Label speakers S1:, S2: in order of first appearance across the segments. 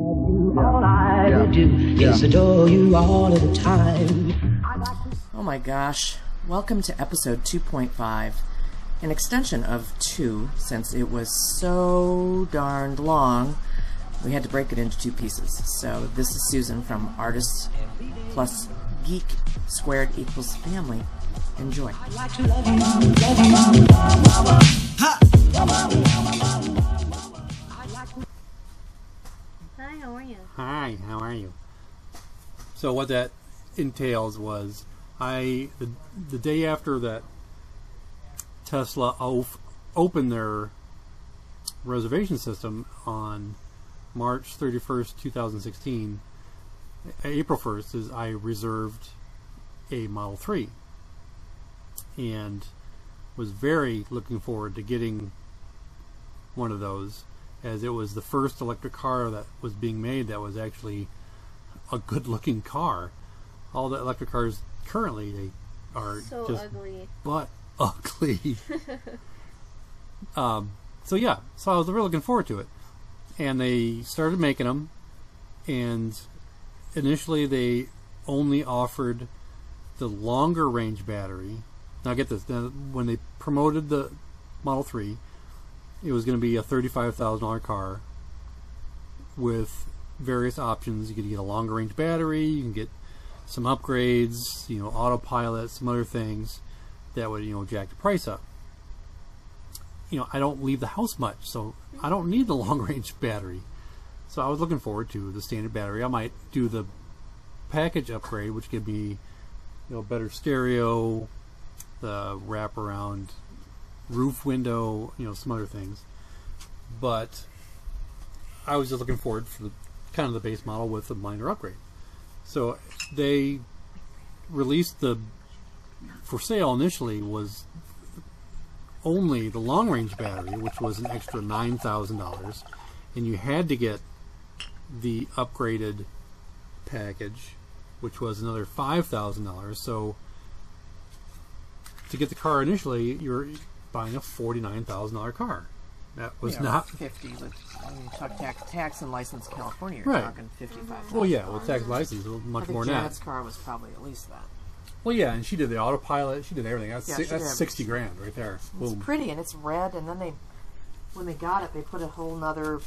S1: All I
S2: Yeah.
S1: do is adore you all of the time.
S3: Oh my gosh. Welcome to episode 2.5, an extension of 2 since it was so darned long. We had to break it into two pieces. So, this is Susan from Artists Plus Geek Squared Equals Family. Enjoy.
S4: Hi, how are you?
S5: Hi, how are you? So what that entails was I the, the day after that Tesla of, opened their reservation system on March 31st, 2016, A- April 1st is I reserved a Model 3 and was very looking forward to getting one of those as it was the first electric car that was being made that was actually a good looking car. All the electric cars currently they are
S4: So uh,
S5: just
S4: ugly.
S5: but ugly. um, so yeah, so I was really looking forward to it, and they started making them, and initially they only offered the longer range battery. Now get this: now, when they promoted the Model Three, it was going to be a thirty-five thousand dollar car with various options. You could get a longer range battery. You can get some upgrades, you know, autopilot, some other things that would you know jack the price up. You know, I don't leave the house much, so I don't need the long range battery. So I was looking forward to the standard battery. I might do the package upgrade, which could be you know better stereo, the wraparound roof window, you know, some other things. But I was just looking forward for the kind of the base model with a minor upgrade. So they released the for sale initially was only the long range battery, which was an extra nine thousand dollars, and you had to get the upgraded package, which was another five thousand dollars. So to get the car initially, you're buying a forty nine thousand dollar car. That was not
S3: 50 with when you talk tax, tax and license in California, you're
S5: Right.
S3: talking 55.
S5: well, yeah, with tax license, it was
S3: I
S5: much
S3: think
S5: more than
S3: Janet's
S5: that.
S3: car was probably at least that.
S5: Well, yeah, and she did the autopilot, she did everything. That's
S3: Yeah,
S5: si-
S3: she
S5: that's
S3: did.
S5: sixty grand right there.
S3: It's
S5: Boom.
S3: pretty and it's red, and then they, when they got it, they put a whole nother.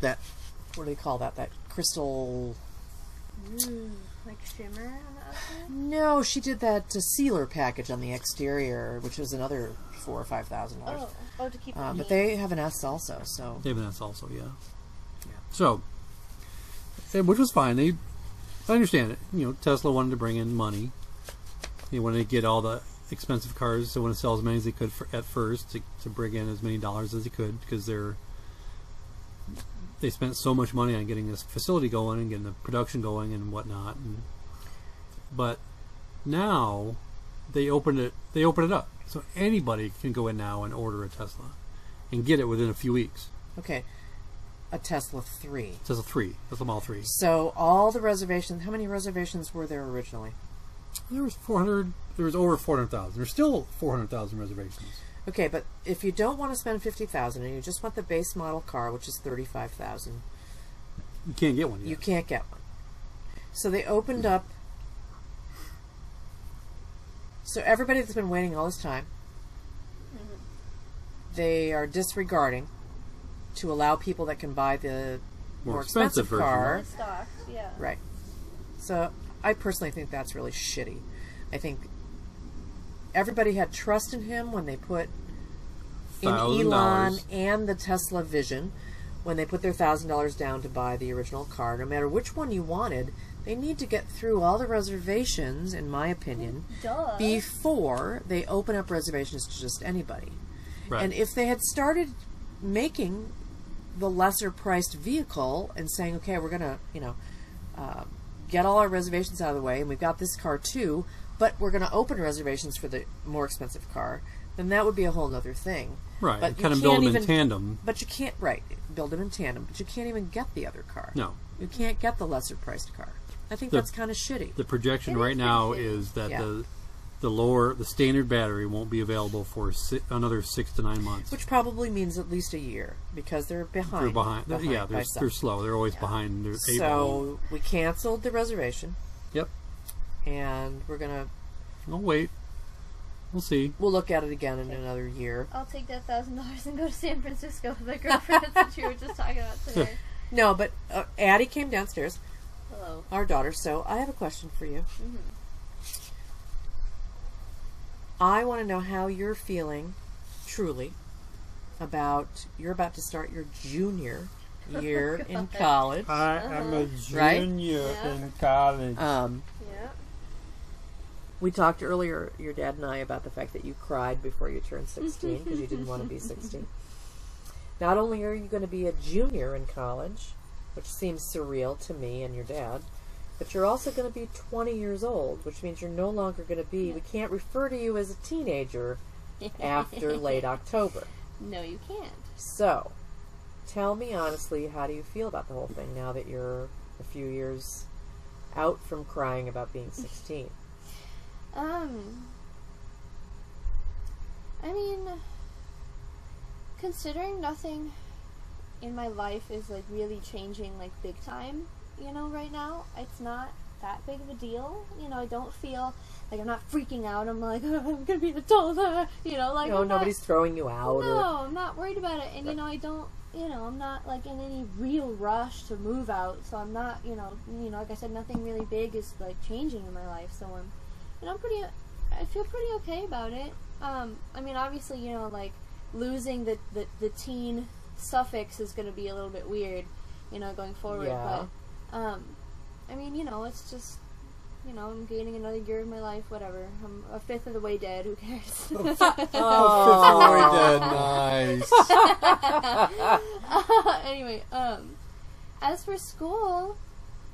S3: That. What do they call that? That crystal.
S4: Like shimmer on the outside?
S3: No, she did that uh, sealer package on the exterior, which was another four or five thousand dollars.
S4: Oh, oh, to keep it
S3: Uh, but
S4: neat.
S3: they have an S also, so
S5: David Ness also, yeah. So, and- which was fine. They, I understand it. You know, Tesla wanted to bring in money. They wanted to get all the expensive cars. They want to sell as many as they could for, at first to, to bring in as many dollars as they could because they're they spent so much money on getting this facility going and getting the production going and whatnot. And, but now they opened it. They opened it up so anybody can go in now and order a Tesla and get it within a few weeks.
S3: okay. A Tesla three.
S5: Tesla three. Tesla Model three.
S3: So all the reservations. How many reservations were there originally?
S5: There was four hundred. There was over four hundred thousand. There's still four hundred thousand reservations.
S3: Okay, but if you don't want to spend fifty thousand and you just want the base model car, which is thirty five thousand,
S5: You can't get one yet.
S3: you can't get one. So they opened up. So everybody that's been waiting all this time, they are disregarding to allow people that can buy the more, expensive,
S5: expensive version.
S3: car.
S4: stock. Yeah.
S3: Right. So I personally think that's really shitty. I think everybody had trust in him when they put in
S5: $1,000.
S3: Elon and the Tesla Vision when they put their thousand dollars down to buy the original car. No matter which one you wanted, they need to get through all the reservations, in my opinion,
S4: Duh.
S3: before they open up reservations to just anybody.
S5: Right.
S3: And if they had started making the lesser priced vehicle and saying, okay, we're going to, you know, uh, get all our reservations out of the way and we've got this car too, but we're going to open reservations for the more expensive car, then that would be a whole other thing.
S5: Right,
S3: But
S5: and
S3: you
S5: kind of build
S3: can't
S5: 'em in
S3: even-
S5: tandem.
S3: But you can't, right, build them in tandem, but you can't even get the other car.
S5: No.
S3: You can't get the lesser priced car. I think
S5: The-
S3: that's kind of shitty.
S5: the projection
S4: It
S5: right
S4: is
S5: now
S4: pretty
S5: is that
S3: Yeah.
S5: the
S6: the lower, the standard battery won't be available for si- another six to nine months.
S3: which probably means at least a year because they're behind.
S6: they're behind. they're- yeah,
S3: behind
S6: they're,
S3: by some.
S6: they're slow. They're always behind. They're eight ball.
S3: so we canceled the reservation,
S6: Yep.
S3: and we're gonna
S6: I'll wait. We'll see.
S3: we'll look at it again in another year.
S7: I'll take that thousand dollars and go to San Francisco with the girlfriends that you were just talking about today.
S3: No, but uh, Addie came downstairs,
S7: Hello.
S3: our daughter. So I have a question for you. I want to know how you're feeling, truly, about you're about to start your junior year in college.
S5: I am a
S3: Right?
S5: junior
S7: Yeah.
S5: in college.
S3: Um,
S7: Yeah.
S3: We talked earlier, your dad and I, about the fact that you cried before you turned 16 because you didn't want to be 16. Not only are you going to be a junior in college, which seems surreal to me and your dad, but you're also going to be 20 years old, which means you're no longer going to be, we can't refer to you as a teenager after late October.
S4: No, you can't.
S3: So, tell me honestly, how do you feel about the whole thing now that you're a few years out from crying about being 16?
S4: Um, I mean, considering nothing in my life is like really changing like big time, you know, right now, it's not that big of a deal. You know, I don't feel like I'm not freaking out. I'm like, "Oh, I'm gonna be an adult, you know, like
S3: Oh, No,
S4: I'm not-
S3: nobody's throwing you out. or- Oh,
S4: No, I'm not worried about it. And you know, I don't, you know, I'm not like in any real rush to move out. So I'm not, you know, you know, like I said, nothing really big is like changing in my life. So I'm, you know, I'm pretty, I feel pretty okay about it. Um, I mean, obviously, you know, like losing the the, the teen suffix is going to be a little bit weird, you know, going forward.
S3: Yeah.
S4: But, um, I mean, you know, it's just. You know, I'm gaining another year of my life. Whatever, I'm a fifth of the way dead. Who
S3: Oh,
S4: cares?
S5: Oh, fifth grade,
S4: anyway, um, as for school,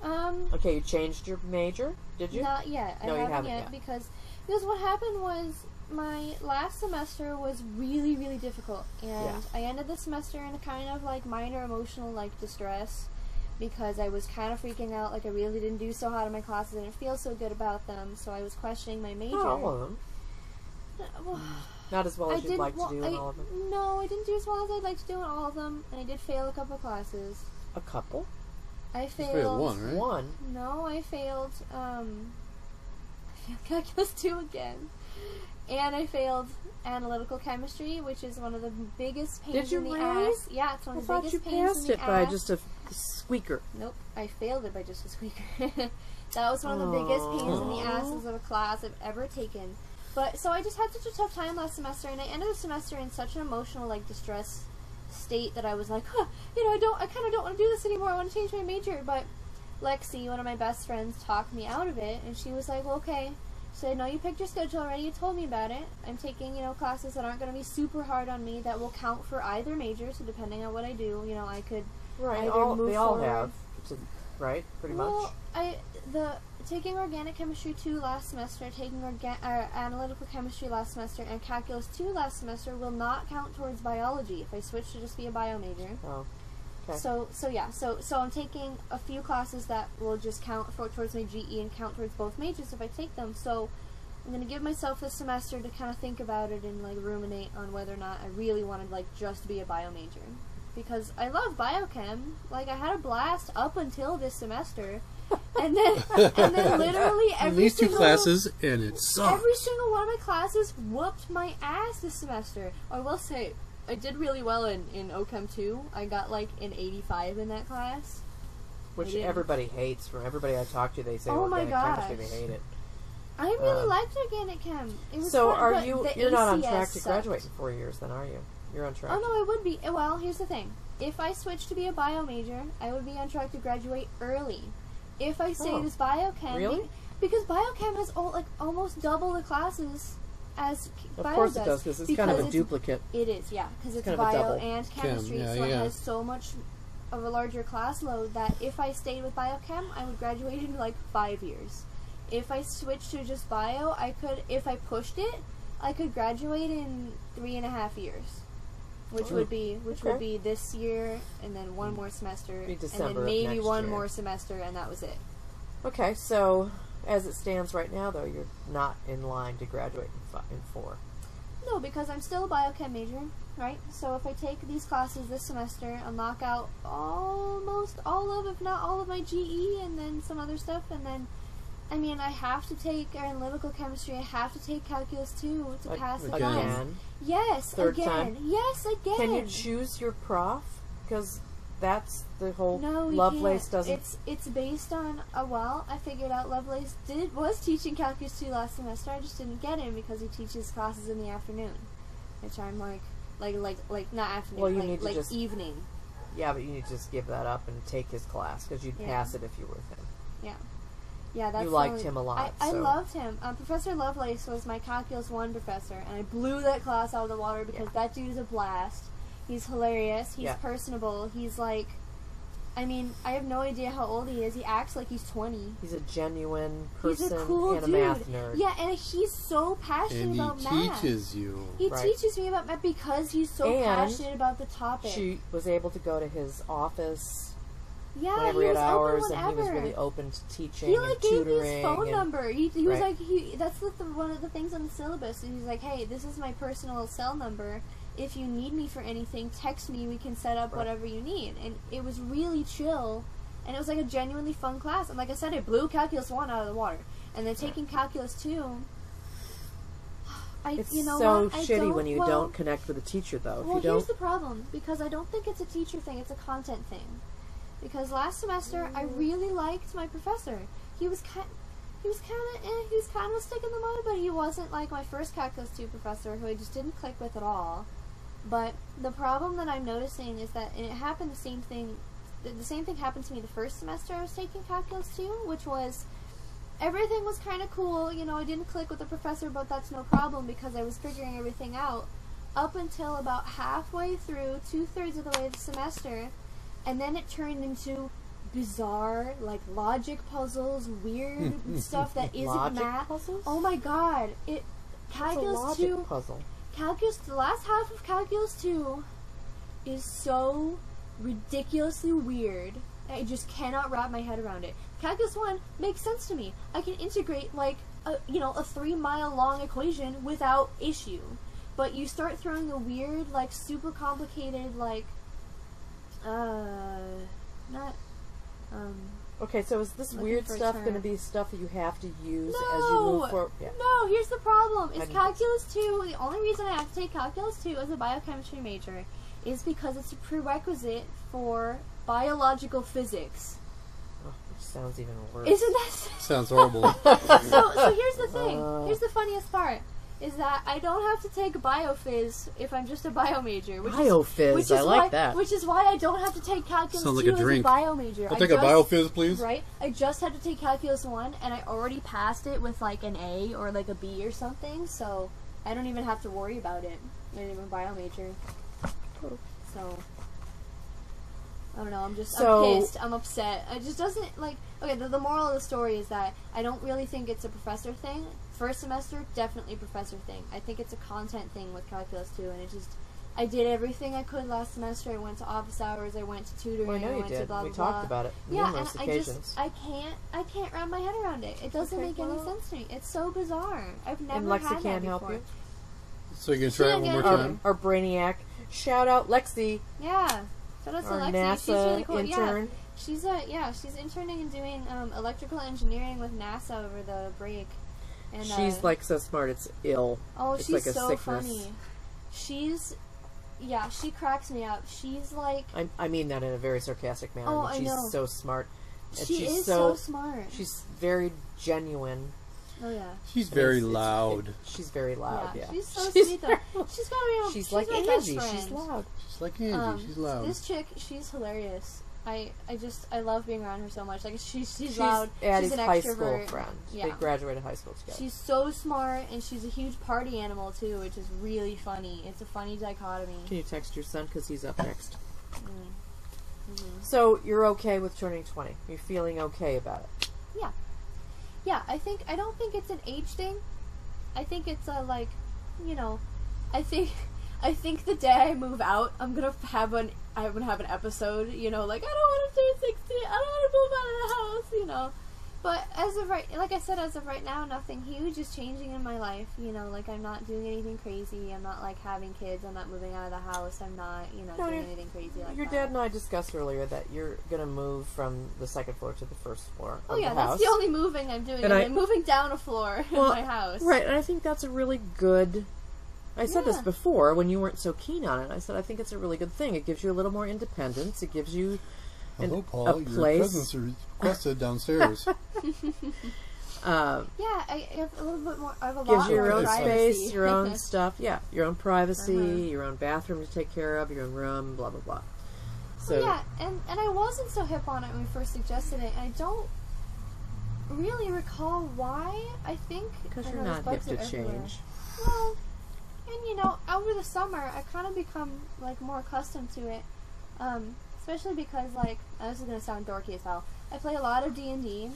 S4: um,
S3: Okay, you changed your major, did you?
S4: not yet.
S3: No,
S4: I
S3: you
S4: haven't,
S3: haven't
S4: yet,
S3: yet.
S4: because because what happened was my last semester was really really difficult, and
S3: Yeah.
S4: I ended the semester in a kind of like minor emotional like distress because I was kind of freaking out. Like I really didn't do so hot in my classes, I didn't feel so good about them, so I was questioning my major.
S3: Not all of them.
S4: Well,
S3: Not as well as you'd Oh, like to
S4: well,
S3: do in
S4: I-
S3: all of them.
S4: No, I didn't do as well as I'd like to do in all of them, and I did fail a couple classes.
S3: A couple?
S4: I failed.
S5: failed one, right?
S3: One.
S4: No, I failed. Um, I failed calculus two again, and I failed analytical chemistry, which is one of the biggest pains
S3: you
S4: in the
S3: really?
S4: ass. Yeah, it's one
S3: I
S4: of the
S3: thought
S4: biggest
S3: you
S4: pains
S3: passed
S4: in the
S3: it by
S4: ass.
S3: just a squeaker.
S4: Nope, I failed it by just a squeaker. that was one of the biggest pains in the asses of a class I've ever taken. But so I just had such a tough time last semester, and I ended the semester in such an emotional like distress state that I was like, huh, you know, I don't, I kind of don't want to do this anymore. I want to change my major, but Lexi, one of my best friends, talked me out of it, and she was like, well, okay. So I know you picked your schedule already. You told me about it. I'm taking, you know, classes that aren't going to be super hard on me that will count for either major. So depending on what I do, you know, I could
S3: Right.
S4: either
S3: All,
S4: move
S3: they all
S4: forward-
S3: have. to- right? Pretty much.
S4: well, I the taking organic chemistry two last semester, taking orga- uh, analytical chemistry last semester, and calculus two last semester will not count towards biology if I switch to just be a bio major.
S3: Oh. Okay.
S4: So so yeah, so so I'm taking a few classes that will just count for towards my GE and count towards both majors if I take them. So I'm gonna give myself this semester to kind of think about it and like ruminate on whether or not I really want to like just be a bio major because I love biochem. Like I had a blast up until this semester, and then and then literally every
S6: These two
S4: single
S6: classes, and it sucked.
S4: every single one of my classes whooped my ass this semester. I will say, I did really well in, in OChem 2. I got like an 85 in that class.
S3: Which
S4: didn't.
S3: everybody hates. From everybody I talk to, they say
S4: Oh my
S3: organic chemistry,
S4: gosh.
S3: they hate it.
S4: I really
S3: Uh,
S4: liked organic chem. It was
S3: So
S4: fun,
S3: are
S4: but
S3: you,
S4: the
S3: you're not on
S4: ACS
S3: track to
S4: sucked.
S3: graduate in four years then, are you? You're on track.
S4: Oh no, I would be. eh, Well, here's the thing. If I switch to be a bio major, I would be on track to graduate early. If I stayed
S3: Oh.
S4: as biochem,
S3: Really?
S4: be- because biochem has all, like almost double the classes as c-
S3: Of
S4: bio
S3: course
S4: does,
S3: it does, because it's kind of a
S4: duplicate.
S3: duplicate.
S4: It is, yeah, because it's
S3: kind of a
S4: bio
S3: double.
S4: and chemistry,
S5: yeah,
S4: so it
S5: yeah.
S4: has so much of a larger class load that if I stayed with biochem, I would graduate in like five years. If I switched to just bio, I could, if I pushed it, I could graduate in three and a half years, which would be which would
S3: Oh, okay.
S4: be this year and then one more semester,
S3: Be
S4: and
S3: December
S4: then
S3: of
S4: maybe
S3: next
S4: one
S3: year.
S4: more semester, and that was it.
S3: Okay, so As it stands right now, though, you're not in line to graduate in, fi- in four.
S4: No, because I'm still a biochem major, right? So if I take these classes this semester, I'll knock out almost all of, if not all of my GE and then some other stuff, and then, I mean, I have to take analytical chemistry, I have to take calculus too to
S3: Like,
S4: pass the
S6: Again.
S4: class. Yes,
S3: Third
S4: again.
S3: time?
S4: Yes, again.
S3: Can you choose your prof? Because that's the whole
S4: No, you
S3: Lovelace
S4: can't.
S3: doesn't.
S4: It's it's based on a well. I figured out Lovelace did was teaching calculus two last semester. I just didn't get him because he teaches classes in the afternoon, which I'm like, like like like not afternoon,
S3: Well, you
S4: like,
S3: need to
S4: like
S3: just-
S4: evening.
S3: yeah, but you need to just give that up and take his class because you'd
S4: Yeah.
S3: pass it if you were with him.
S4: Yeah, that's
S3: You
S4: the
S3: liked
S4: only-
S3: him a lot,
S4: I, I
S3: so-
S4: loved him. Um, professor Lovelace was my calculus one professor, and I blew that class out of the water because that dude is a blast. He's hilarious. He's
S3: Yeah.
S4: personable. He's like, I mean, I have no idea how old he is. He acts like he's twenty.
S3: He's a genuine
S4: He's
S3: person
S4: a cool
S3: and a
S4: dude.
S3: math nerd.
S4: Yeah, and he's so passionate
S6: and he
S4: about math.
S6: teaches you.
S4: He
S3: Right.
S4: teaches me about math because he's so
S3: And
S4: passionate about the topic.
S3: She was able to go to his office
S4: yeah,
S3: whenever
S4: he
S3: he had
S4: was
S3: hours,
S4: open
S3: and he was
S4: whenever.
S3: really open to teaching
S4: He like
S3: and
S4: gave me
S3: tutoring.
S4: his phone
S3: and-
S4: number. He, he was
S3: Right.
S4: like, he, that's the, the, one of the things on the syllabus. And he's like, hey, this is my personal cell number. If you need me for anything, text me. We can set up
S3: Right.
S4: whatever you need. And it was really chill, and it was like a genuinely fun class. And like I said, I blew calculus one out of the water, and then taking calculus two. I,
S3: It's
S4: you know
S3: so
S4: what? I
S3: shitty
S4: don't-
S3: when you
S4: well,
S3: don't connect with a teacher, though. If
S4: Well,
S3: you
S4: here's
S3: don't,
S4: the problem because I don't think it's a teacher thing, it's a content thing. Because last semester I
S3: Mm.
S4: really liked my professor. He was kind he was kind of eh, he was kind of a stick in the mud, but he wasn't like my first calculus 2 professor who I just didn't click with at all. But the problem that I'm noticing is that and it happened the same thing th- the same thing happened to me the first semester I was taking calculus 2, which was everything was kind of cool. You know, I didn't click with the professor, but that's no problem because I was figuring everything out up until about halfway through, two thirds of the way of the semester, and then it turned into bizarre, like logic puzzles, weird stuff that isn't
S3: Logic
S4: math.
S3: puzzles?
S4: Oh my god! It
S3: it's a
S4: calculus
S3: logic
S4: two,
S3: puzzle.
S4: calculus. The last half of calculus two is so ridiculously weird. I just cannot wrap my head around it. Calculus one makes sense to me. I can integrate like a you know a three mile long equation without issue. But you start throwing a weird, like super complicated, like uh, not um.
S3: Okay, so is this
S4: Looking
S3: weird
S4: for a
S3: stuff going to
S4: term.
S3: be stuff that you have to use
S4: No,
S3: as you move forward? Yeah.
S4: no. Here's the problem:
S3: I
S4: is
S3: didn't-
S4: calculus two. The only reason I have to take calculus two as a biochemistry major is because it's a prerequisite for biological physics.
S3: Oh, which sounds even worse.
S4: Isn't that?
S6: Sounds horrible.
S4: so, so here's the thing.
S3: Oh.
S4: here's the funniest part is that I don't have to take biophys if I'm just a bio major. Which
S3: Biophys,
S4: Is, which
S3: I
S4: is
S3: like
S4: why,
S3: that.
S4: Which is why I don't have to take calculus
S6: Sounds like
S4: two
S6: a drink.
S4: as a bio major.
S6: I'll
S4: I
S6: take a
S4: just-
S6: biofizz, please.
S4: Right? I just had to take calculus one, and I already passed it with like an A or like a B or something. So I don't even have to worry about it. I didn't even bio major. So I don't know. I'm just
S3: So-
S4: I'm pissed. I'm upset. It just doesn't like. Okay, the, the moral of the story is that I don't really think it's a professor thing. First semester, definitely professor thing. I think it's a content thing with calculus too, and it just. I did everything I could last semester. I went to office hours. I went to tutoring.
S3: well, I know you
S4: went to
S3: did.
S4: blah
S3: we
S4: blah
S3: talked
S4: blah
S3: about it
S4: yeah, and
S3: numerous
S4: I
S3: occasions.
S4: just I can't I can't wrap my head around it. It doesn't
S3: Okay,
S4: make
S3: well-
S4: any sense to me. It's so bizarre. I've never
S3: and Lexi
S4: had that
S3: can't
S4: before.
S3: help you.
S6: So you can try it one more
S4: Yeah.
S3: Or,
S6: time.
S3: or Brainiac. Shout out Lexi,
S4: Yeah. Shout out to
S3: our
S4: Lexi.
S3: NASA
S4: she's really cool. Yeah.
S3: intern.
S4: She's a yeah, she's interning and doing um, electrical engineering with NASA over the break. And
S3: She's
S4: uh,
S3: like so smart, it's ill.
S4: Oh,
S3: It's
S4: she's
S3: like a
S4: so
S3: sickness.
S4: funny. She's yeah, she cracks me up. She's like
S3: I, I mean that in a very sarcastic manner.
S4: Oh,
S3: but
S4: I
S3: she's
S4: know.
S3: so smart. And
S4: she
S3: she's
S4: is
S3: so,
S4: so, smart.
S3: She's very genuine.
S4: oh yeah.
S6: She's
S3: and
S6: very
S3: it's- it's-
S6: loud.
S3: it- she's very loud. Yeah.
S4: She's so
S3: She's
S4: sweet though.
S3: very-
S4: She's gotta be
S3: she's like
S4: my best
S3: Angie. She's
S4: friend.
S3: loud.
S6: She's like Angie.
S4: Um,
S6: she's loud.
S4: This chick, she's hilarious. I, I just I love being around her so much. Like she's she's,
S3: She's
S4: loud.
S3: Addie's
S4: she's an
S3: high
S4: extrovert.
S3: school friend. They
S4: Yeah.
S3: graduated high school together.
S4: She's so smart and she's a huge party animal too, which is really funny. It's a funny dichotomy.
S3: Can you text your son because he's up next?
S4: Mm-hmm.
S3: So you're okay with turning 20. You're feeling okay about it.
S4: Yeah, I think I don't think it's an age thing. I think it's a like, you know, I think I think the day I move out, I'm gonna have an I'm gonna have an episode. You know, like I don't want to turn sixteen. I don't want to move out of the house. You know, But as of right, like I said, as of right now, nothing huge is changing in my life. You know, like I'm not doing anything crazy. I'm not like having kids. I'm not moving out of the house. I'm not, you know,
S3: No,
S4: doing
S3: you're-
S4: anything crazy like
S3: Your
S4: that.
S3: dad and I discussed earlier that you're gonna move from the second floor to the first floor.
S4: Oh
S3: of
S4: yeah,
S3: the
S4: that's
S3: house.
S4: the only moving I'm doing.
S3: And
S4: is
S3: I-
S4: I'm moving down a floor
S3: Well,
S4: in my house.
S3: Right, and I think that's a really good. I said this
S4: Yeah.
S3: before when you weren't so keen on it. I said I think it's a really good thing. It gives you a little more independence. It gives you an-
S5: Hello,
S3: a
S5: Paul. Your
S3: place.
S5: presence is requested downstairs.
S3: uh,
S4: Yeah, I I have a little bit more. I have a
S3: gives
S4: lot
S3: you your
S4: more
S3: own
S4: privacy.
S3: space, your own stuff. Yeah, your own privacy,
S4: Uh-huh.
S3: your own bathroom to take care of, your own room, blah blah blah. So
S4: yeah, and, and I wasn't so hip on it when we first suggested it, and I don't really recall why. I think
S3: because
S4: I
S3: you're
S4: know there's
S3: not hip
S4: bugs
S3: to
S4: everywhere.
S3: change.
S4: Well, and you know, over the summer, I kind of become like more accustomed to it, um, especially because like oh, this is gonna sound dorky as hell. I play a lot of D and D,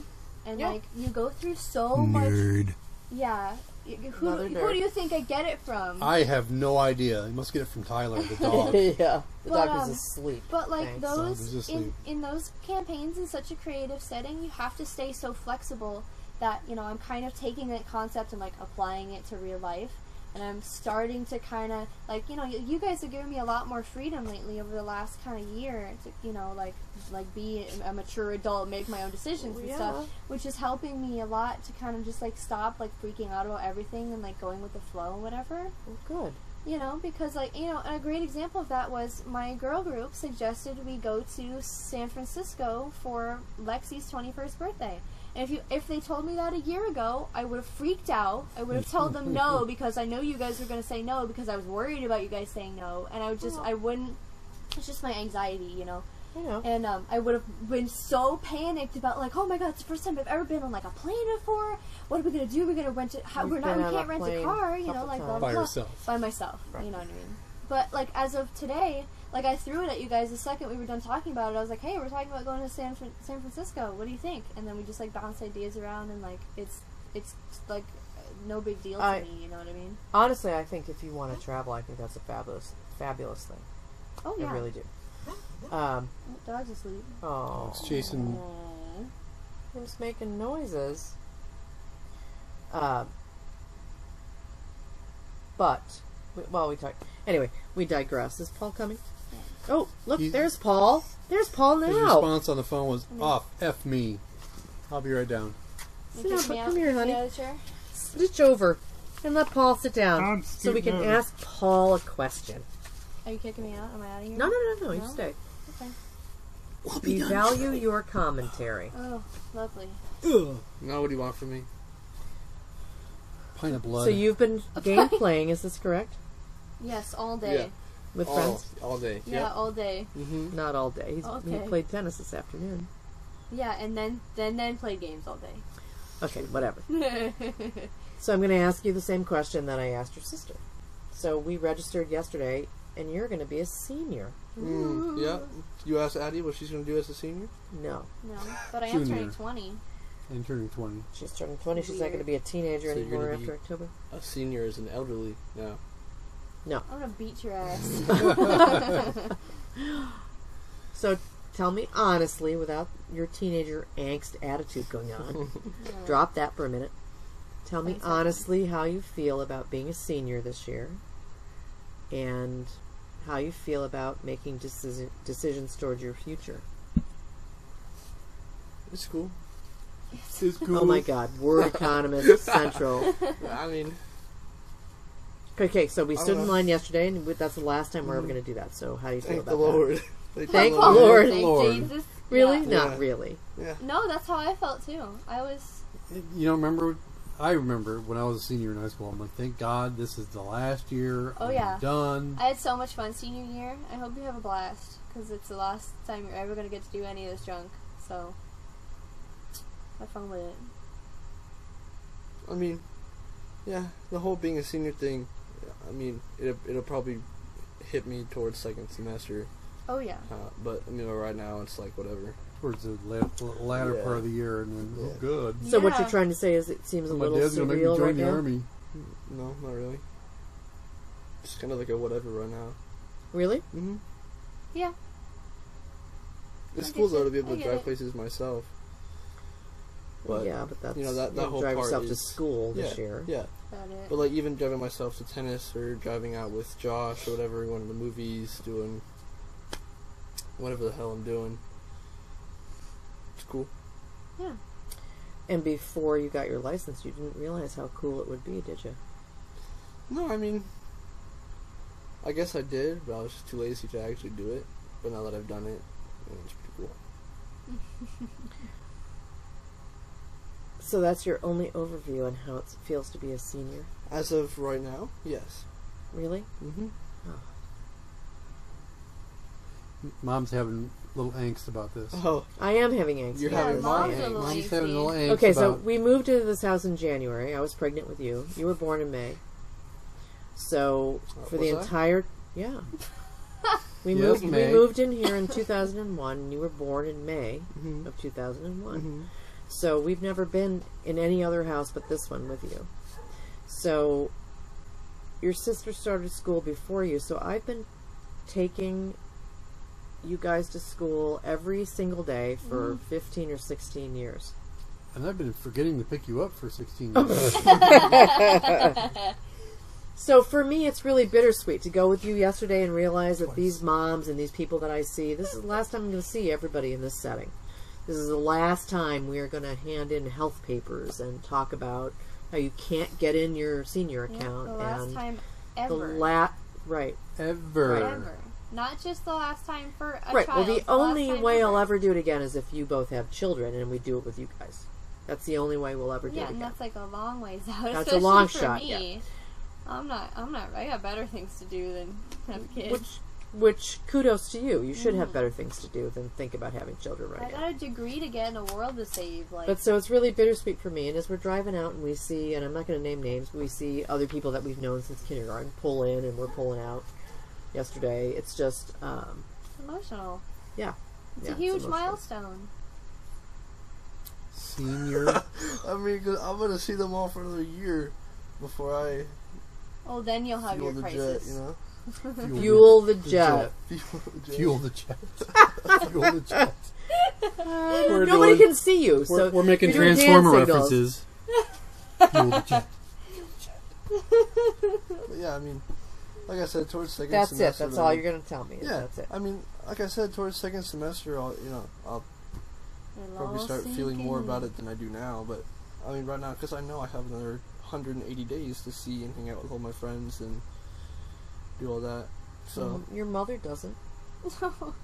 S4: and
S3: Yeah.
S4: like you go through so much.
S5: Nerd.
S4: Yeah, Y- who,
S3: Another
S4: who
S3: nerd.
S4: do you think I get it from?
S5: I have no idea. You must get it from Tyler, the dog.
S3: yeah, the
S4: But,
S3: dog
S4: um,
S3: is asleep.
S4: But like
S3: Thanks.
S5: Sound is
S4: those in,
S5: asleep.
S4: in those campaigns in such a creative setting, you have to stay so flexible that you know I'm kind of taking that concept and like applying it to real life, and I'm starting to kind of like you know you, you guys have given me a lot more freedom lately over the last kind of year to you know like like be a mature adult, make my own decisions and
S3: Yeah.
S4: stuff, which is helping me a lot to kind of just like stop like freaking out about everything and like going with the flow and whatever.
S3: Well, good.
S4: You know, because like you know, a great example of that was my girl group suggested we go to San Francisco for Lexi's twenty first birthday. And if you if they told me that a year ago, I would have freaked out. I would have told them no because I know you guys were gonna say no because I was worried about you guys saying no and I would just I wouldn't it's just my anxiety, you know.
S3: You know.
S4: And um, I would have been so panicked about like, oh my god, it's the first time I've ever been on like a plane before. What are we gonna do? We're gonna rent it. How,
S3: You've
S4: we're not.
S3: been
S4: We
S3: on
S4: can't
S3: a
S4: rent a
S3: plane
S4: car. You
S3: couple
S4: know, like blah,
S3: times.
S4: blah,
S5: By
S4: blah.
S5: yourself.
S4: By myself. You know what I mean. But like as of today, like I threw it at you guys the second we were done talking about it. I was like, hey, we're talking about going to San Fran- San Francisco. What do you think? And then we just like bounce ideas around and like it's it's like no big deal to
S3: I-
S4: me. You know what I mean?
S3: Honestly, I think if you want to travel, I think that's a fabulous, fabulous thing.
S4: Oh yeah.
S3: I really do. Um,
S4: Dogs asleep.
S3: oh,
S5: It's Jason.
S3: It was making noises. Uh, but, we, well, we talk. Anyway, we digress. Is Paul coming? Oh, look,
S5: He's-
S3: there's Paul. There's Paul
S5: His
S3: now.
S5: response on the phone was, off, F me. I'll be right down.
S3: Sit down, but come here, honey.
S4: Yeah, sure.
S3: Switch over and let Paul sit down
S6: I'm
S3: so we can
S6: scooting over.
S3: ask Paul a question.
S4: Are you kicking me out? Am I out of here?
S3: No, no, no, no, you
S4: No?
S3: stay.
S4: Okay.
S3: We value your commentary.
S4: Oh, lovely.
S5: Ugh. Now what do you want from me? Pint of blood.
S3: So you've been game playing, is this correct?
S4: Yes, all day.
S3: With
S8: all,
S3: friends?
S8: all day.
S4: Yeah, all day.
S8: Mm-hmm.
S3: Not all day. He's, He
S4: Okay.
S3: played tennis this afternoon.
S4: Yeah, and then then then play games all
S3: Okay, whatever.
S4: day.
S3: So I'm going to ask you the same question that I asked your sister. So we registered yesterday, and you're going to be a senior.
S8: Mm, yeah. You asked Addie what she's going to do as a senior?
S3: No,
S4: no, but I am turning
S5: Junior.
S4: twenty.
S5: And turning 20.
S3: she's turning 20. She's not going to
S4: Weird.
S3: be a teenager
S8: So you're
S3: anymore
S8: gonna be-
S3: after October.
S8: A senior is an elderly now.
S4: I'm gonna beat your ass.
S3: So tell me honestly, without your teenager angst attitude going on, drop that for a minute. Tell me
S4: Thanks, Evan.
S3: honestly how you feel about being a senior this year and how you feel about making decision, decisions towards your future.
S8: It's cool.
S5: It's cool.
S3: Oh my God, word economist central.
S8: I mean,
S3: Okay, so we
S8: I
S3: stood
S8: don't
S3: in
S8: know. Mm-hmm.
S3: line yesterday, and we, that's the last time we're ever going to do that. So how do you feel
S8: thank
S3: about
S8: the
S3: that?
S8: Lord. Thank
S3: Thank
S8: the
S3: the Lord.
S4: Thank
S5: Lord.
S4: Jesus.
S3: Really?
S4: Yeah.
S3: Not
S8: Yeah.
S3: really.
S4: No, that's how I felt too. I was.
S5: You know, remember? I remember when I was a senior in high school. I'm like, thank God this is the last year.
S4: Oh,
S5: I'm
S4: yeah.
S5: Done.
S4: I had so much fun senior year. I hope you have a blast because it's the last time you're ever gonna get to do any of this junk. So have fun with it.
S8: I mean, yeah, the whole being a senior thing, I mean, it, it'll probably hit me towards second semester.
S4: Oh yeah.
S8: Uh, but, I mean, right now it's like whatever.
S5: Towards the la- latter
S8: Yeah.
S5: part of the year, and then oh,
S8: Yeah.
S5: good.
S3: So what you're
S4: Yeah.
S3: trying to say is it seems a
S5: My
S3: little
S5: dad's gonna make me
S3: surreal
S5: join
S3: right
S5: the
S3: now.
S5: army.
S8: No, not really. It's kind of like a whatever right now.
S3: Really?
S8: Mm-hmm.
S4: Yeah.
S8: It's
S4: I
S8: cool
S4: get
S8: though
S4: it.
S8: to be
S4: I
S8: able to
S4: get
S8: drive
S4: it.
S8: places myself. But
S3: yeah, but that's
S8: you know, that- that
S3: you
S8: whole
S3: drive
S8: part
S3: yourself to
S8: is-
S3: school
S8: yeah,
S3: this year.
S8: yeah.
S4: About it.
S8: But like even driving myself to tennis or driving out with Josh or whatever, going to the movies, doing whatever the hell I'm doing. It's cool.
S3: And before you got your license, you didn't realize how cool it would be, did you?
S8: No, I mean, I guess I did, but I was just too lazy to actually do it. But now that I've done it, it's pretty cool.
S3: So that's your only overview on how it feels to be a senior.
S8: As of right now, yes.
S3: Really?
S8: hmm
S5: Mom's having a little angst about this.
S8: Oh,
S3: I am having angst.
S8: you're
S4: Yeah,
S8: having my
S4: mom's a
S8: angst.
S4: little-
S5: Mom's having a little angst
S3: okay, so
S5: about
S3: we moved into this house in January. I was pregnant with you. You were born in May. So
S8: Uh,
S3: for the
S8: was I?
S3: entire yeah. We
S5: Yes,
S3: moved
S5: May.
S3: we moved in here in 2001 and you were born in May
S5: Mm-hmm.
S8: Mhm.
S3: of 2001.
S8: Mhm.
S3: So we've never been in any other house but this one with you. So your sister started school before you, so I've been taking you guys to school every single day for
S5: Mm-hmm.
S3: 15 or 16 years.
S5: and I've been forgetting to pick you up for 16
S3: Oh.
S5: years.
S3: So for me, it's really bittersweet to go with you yesterday and realize that these moms and these people that I see, this is the last time I'm going to see everybody in this setting. This is the last time we are going to hand in health papers and talk about how you can't get in your senior
S4: Yeah,
S3: account
S4: the last
S3: and
S4: time
S3: the
S4: ever.
S3: la- right,
S5: Ever.
S4: ever. Not just the last time for a
S3: right. Well,
S4: child.
S3: the
S4: it's last
S3: only
S4: time
S3: way
S4: ever.
S3: I'll ever do it again is if you both have children and we do it with you guys. That's the only way we'll ever do
S4: Yeah,
S3: it
S4: and
S3: again.
S4: that's like a long ways out.
S3: That's a
S4: especially
S3: long
S4: for
S3: shot,
S4: Me. I'm not. I'm not. I got better things to do than have kids.
S3: Which, which kudos to you. You should
S4: Mm-hmm.
S3: have better things to do than think about having children right
S4: I
S3: now.
S4: got a degree to get and a world to save. Like,
S3: But so it's really bittersweet for me. And as we're driving out and we see, and I'm not going to name names, but we see other people that we've known since kindergarten pull in and we're pulling out yesterday. It's just, um,
S4: it's emotional.
S3: yeah.
S4: It's
S3: yeah,
S4: a huge
S3: emotional.
S4: milestone.
S5: Senior.
S8: I mean, i I'm gonna see them all for another year before I
S4: Oh, then you'll have
S8: fuel
S4: your
S8: the
S4: crisis.
S8: jet. You know,
S3: Fuel the jet.
S8: fuel
S5: Fuel
S8: the jet.
S5: the jet. Fuel the jet.
S9: We're
S3: Uh, Nobody
S9: doing-
S3: can see you.
S9: We're,
S3: so
S9: we're making
S3: you're doing hand
S9: Transformer
S3: signals.
S9: references.
S5: Fuel the jet.
S8: But yeah, I mean, like I said, towards second
S3: That's it.
S8: semester.
S3: That's all
S8: then-
S3: you're going to tell me. is
S8: Yeah,
S3: That's it.
S8: I mean, like I said, towards second semester, I'll you know I'll
S4: It'll
S8: probably
S4: all
S8: start
S4: sink
S8: feeling more
S4: in.
S8: about it than I do now. But I mean, right now, because I know I have another 180 days to see and hang out with all my friends and do all that. So
S3: Mm, Your mother doesn't.
S4: Oh,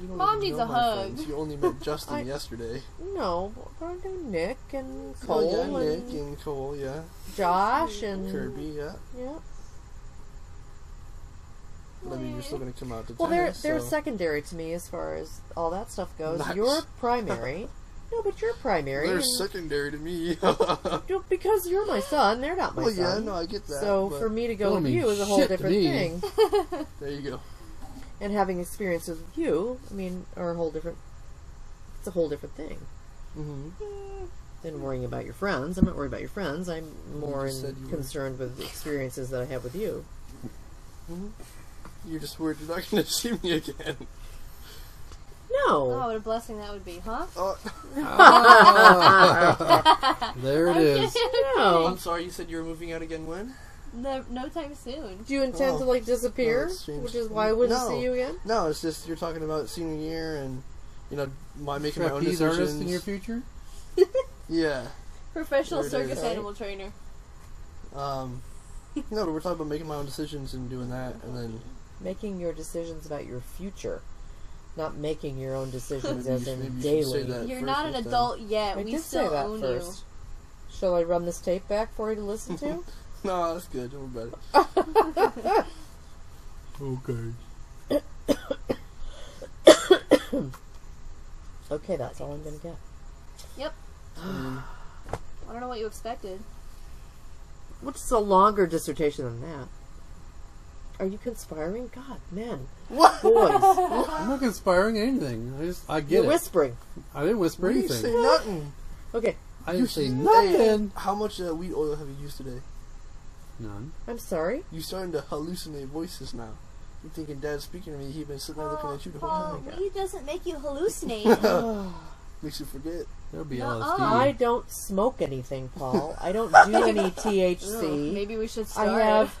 S8: you don't
S4: Mom
S8: even
S4: needs
S8: know
S4: a
S8: my
S4: hug.
S8: friends. You only met Justin
S3: I-
S8: yesterday.
S3: No. We're doing Nick and
S8: Oh,
S3: Cole
S8: yeah,
S3: and
S8: Nick and Cole, yeah,
S3: Josh and.
S8: Kirby, yeah.
S3: Yeah.
S8: But I mean, you're still gonna come out to
S3: Well, they're,
S8: tennis.
S3: they're
S8: so-
S3: secondary to me as far as all that stuff goes.
S8: Nice.
S3: You're primary. no, but you're primary.
S8: They're
S3: and-
S8: secondary to me.
S3: No, because you're my son, they're not my
S8: well, yeah,
S3: son.
S8: no, I get that.
S3: so
S8: but
S3: for me to go
S5: Don't
S3: with
S5: mean
S3: you is a whole
S5: shit to
S3: different
S5: me.
S3: thing.
S8: there you go.
S3: And having experiences with you, I mean, are a whole different. It's a whole different thing
S8: Mm-hmm.
S3: than worrying about your friends. I'm not worried about your friends. I'm more
S8: just
S3: in,
S8: said you were.
S3: concerned with the experiences that I have with you.
S8: You're just worried you're not gonna see me again.
S3: No,
S4: Oh, what a blessing that would be, huh?
S8: Oh,
S5: There it is.
S3: no.
S8: I'm sorry. You said you were moving out again when?
S4: No, no time soon.
S3: Do you intend
S8: Oh.
S3: to like disappear?
S8: that's strange.
S3: which is why I wouldn't
S8: No.
S3: see you again.
S8: No, it's just you're talking about senior year and you know my making my own
S5: Trapeze artist in your
S8: decisions.
S5: future?
S8: Yeah.
S4: Professional
S8: There it
S4: circus
S8: is.
S4: animal trainer.
S8: Um, no, but we're talking about making my own decisions and doing that, and then
S3: making your decisions about your future, not making your own decisions
S8: maybe,
S3: as
S8: you,
S3: in
S8: maybe you should say
S3: daily.
S8: that.
S4: You're
S8: first
S4: not an
S8: next time.
S4: adult yet.
S3: I
S4: we
S3: did
S4: still
S3: say that
S4: own
S3: first. Shall I run this tape back for you to listen to?
S8: No, that's good. Don't worry about it.
S5: Okay.
S3: okay, that's all I'm gonna get.
S4: you. I don't know what you expected.
S3: Which is a longer dissertation than that. Are you conspiring? God, men,
S8: What?
S3: boys,
S5: I'm not conspiring anything. I just I get
S3: you're
S5: it.
S3: whispering.
S5: I didn't whisper
S8: You say
S5: anything.
S8: nothing.
S3: Okay,
S5: I didn't say
S8: Hey,
S5: nothing.
S8: how much uh, weed oil have you used today?
S5: None.
S3: I'm sorry.
S8: You starting to hallucinate voices now. You thinking Dad's speaking to me? Oh,
S4: Oh,
S8: He been sitting there looking at you the whole time.
S4: Paul, weed doesn't make you hallucinate.
S8: Makes you forget.
S5: There'll be
S10: No,
S5: LSD.
S4: Hmm.
S3: I don't smoke anything, Paul. I don't do any THC.
S4: Maybe we should
S3: I
S4: Oh, start.
S3: have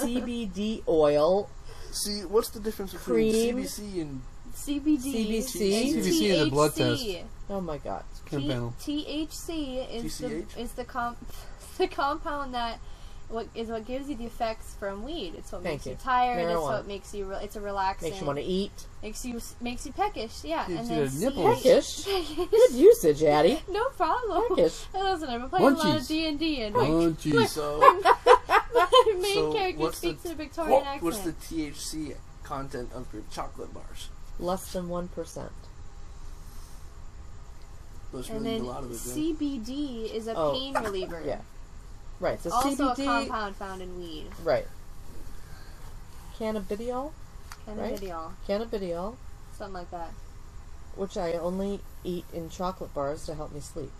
S3: CBD oil,
S8: See, what's the difference
S3: Cream.
S8: between CBC and
S4: CBD.
S3: CBC.
S4: and
S5: CBC is a blood test.
S4: THC.
S3: Oh my god.
S5: Chem
S4: T-
S5: panel.
S4: THC is
S8: TCH?
S4: the is the comp the compound that what is what gives you the effects from weed. It's what
S3: Thank
S4: makes you,
S3: you.
S4: tired. It's
S3: Marijuana.
S4: what makes you. Re- it's a relaxing.
S3: Makes you want to eat.
S4: makes you s- makes you peckish. Yeah,
S5: Gives
S4: and
S5: you
S4: then
S5: the
S4: C-
S5: nipples.
S3: Peckish. Good usage, Addie.
S4: No problem.
S3: Peckish.
S4: Listen, I've been playing a lot of
S5: Munchies.
S4: D and D, and my
S5: Oh, jeez.
S8: so?
S4: main
S8: so
S4: character
S8: what's the-
S4: speaks in a Victorian
S8: what,
S4: accent.
S8: what's the THC content of your chocolate bars?
S3: Less than 1%.
S8: There's
S4: and
S8: really
S4: then
S8: a lot of it. then.
S4: CBD is a
S3: Oh,
S4: pain reliever.
S3: yeah. Right. So
S4: Also a
S3: CBD.
S4: compound found in weed.
S3: Right. Cannabidiol. Right.
S4: Cannabidiol.
S3: Cannabidiol,
S4: Something like that.
S3: which I only eat in chocolate bars to help me sleep.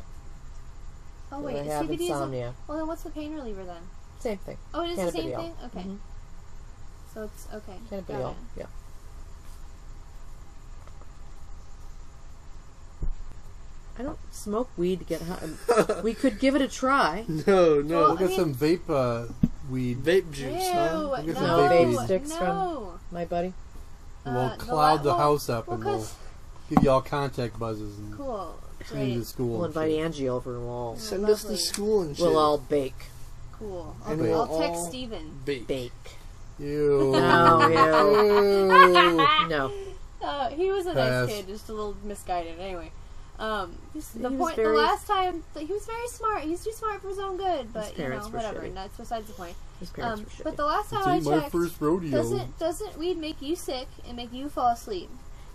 S4: Oh,
S3: when
S4: wait.
S3: I have
S4: CBD is a,
S3: insomnia.
S4: Well, then what's the pain reliever then?
S3: Same thing.
S4: Oh, it is the same
S3: Cannabidiol.
S4: thing? Okay.
S3: Mhm.
S4: So it's okay. got
S3: Cannabidiol.
S4: it.
S3: Yeah. I don't smoke weed to get high. we could give it a try.
S8: No, no.
S4: Well,
S5: Look at some vape uh, weed.
S8: Vape
S4: Ew,
S8: juice, huh?
S5: Look at
S4: no,
S5: some
S3: vape weed. sticks from-
S4: no.
S3: My buddy.
S4: Uh,
S5: we'll
S4: the
S5: cloud
S4: li-
S5: the
S4: well-
S5: house up
S4: well,
S5: and we'll
S4: 'cause-
S5: give you all contact buzzes and
S4: Cool.
S5: send you to
S4: Great.
S5: school.
S3: We'll
S5: and
S3: invite
S5: shit.
S3: Angie over and we'll,
S8: Send us to
S4: Lovely.
S8: school and shit.
S3: we'll all bake.
S4: Cool. I'll,
S8: And
S4: I'll
S8: we'll
S4: text
S8: all-
S4: Steven.
S8: Vape.
S3: Bake.
S5: Ew.
S3: No,
S5: Ew.
S3: ew. No.
S4: Uh, he was a
S5: Pass.
S4: nice kid, just a little misguided. Anyway. Um, this-
S3: He
S4: the
S3: was
S4: point,
S3: very-
S4: the last time, th- he was very smart. He's too smart for his own good, but you know,
S3: parents were
S4: whatever.
S3: shitty.
S4: And that's besides the point.
S3: His parents
S4: Um,
S3: were shitty.
S4: but the last
S5: This
S4: time I
S5: ain't my
S4: checked,
S5: first rodeo.
S4: doesn't doesn't weed make you sick and make you fall asleep?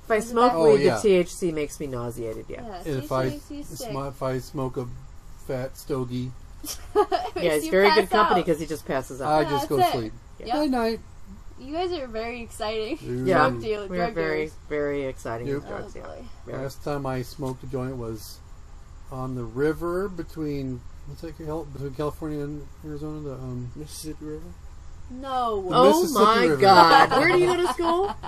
S3: if I smoke
S5: Oh,
S3: weed,
S5: yeah.
S3: the THC makes me nauseated. Yeah.
S4: Yeah,
S5: And
S4: it
S5: if I,
S4: makes you sick.
S5: sm- if I smoke a fat stogie,
S4: It
S3: Yeah,
S4: makes
S3: he's
S4: you
S3: very good
S4: pass out.
S3: company because he just passes out.
S5: I just go to
S4: that's it.
S5: sleep.
S4: Yeah.
S5: Night night.
S4: You guys are very exciting.
S3: Yeah.
S4: Drug deal,
S3: we are
S4: drug
S3: very,
S4: dealers.
S3: very exciting
S5: Yep.
S3: with drugs.
S4: Oh,
S3: yeah.
S4: boy.
S3: Very.
S5: Last time I smoked a joint was on the river between what's that called? Between California and Arizona. The um,
S8: Mississippi River.
S4: No.
S5: The
S3: Oh
S5: Mississippi
S3: my
S5: River.
S3: God! Where do you go to school?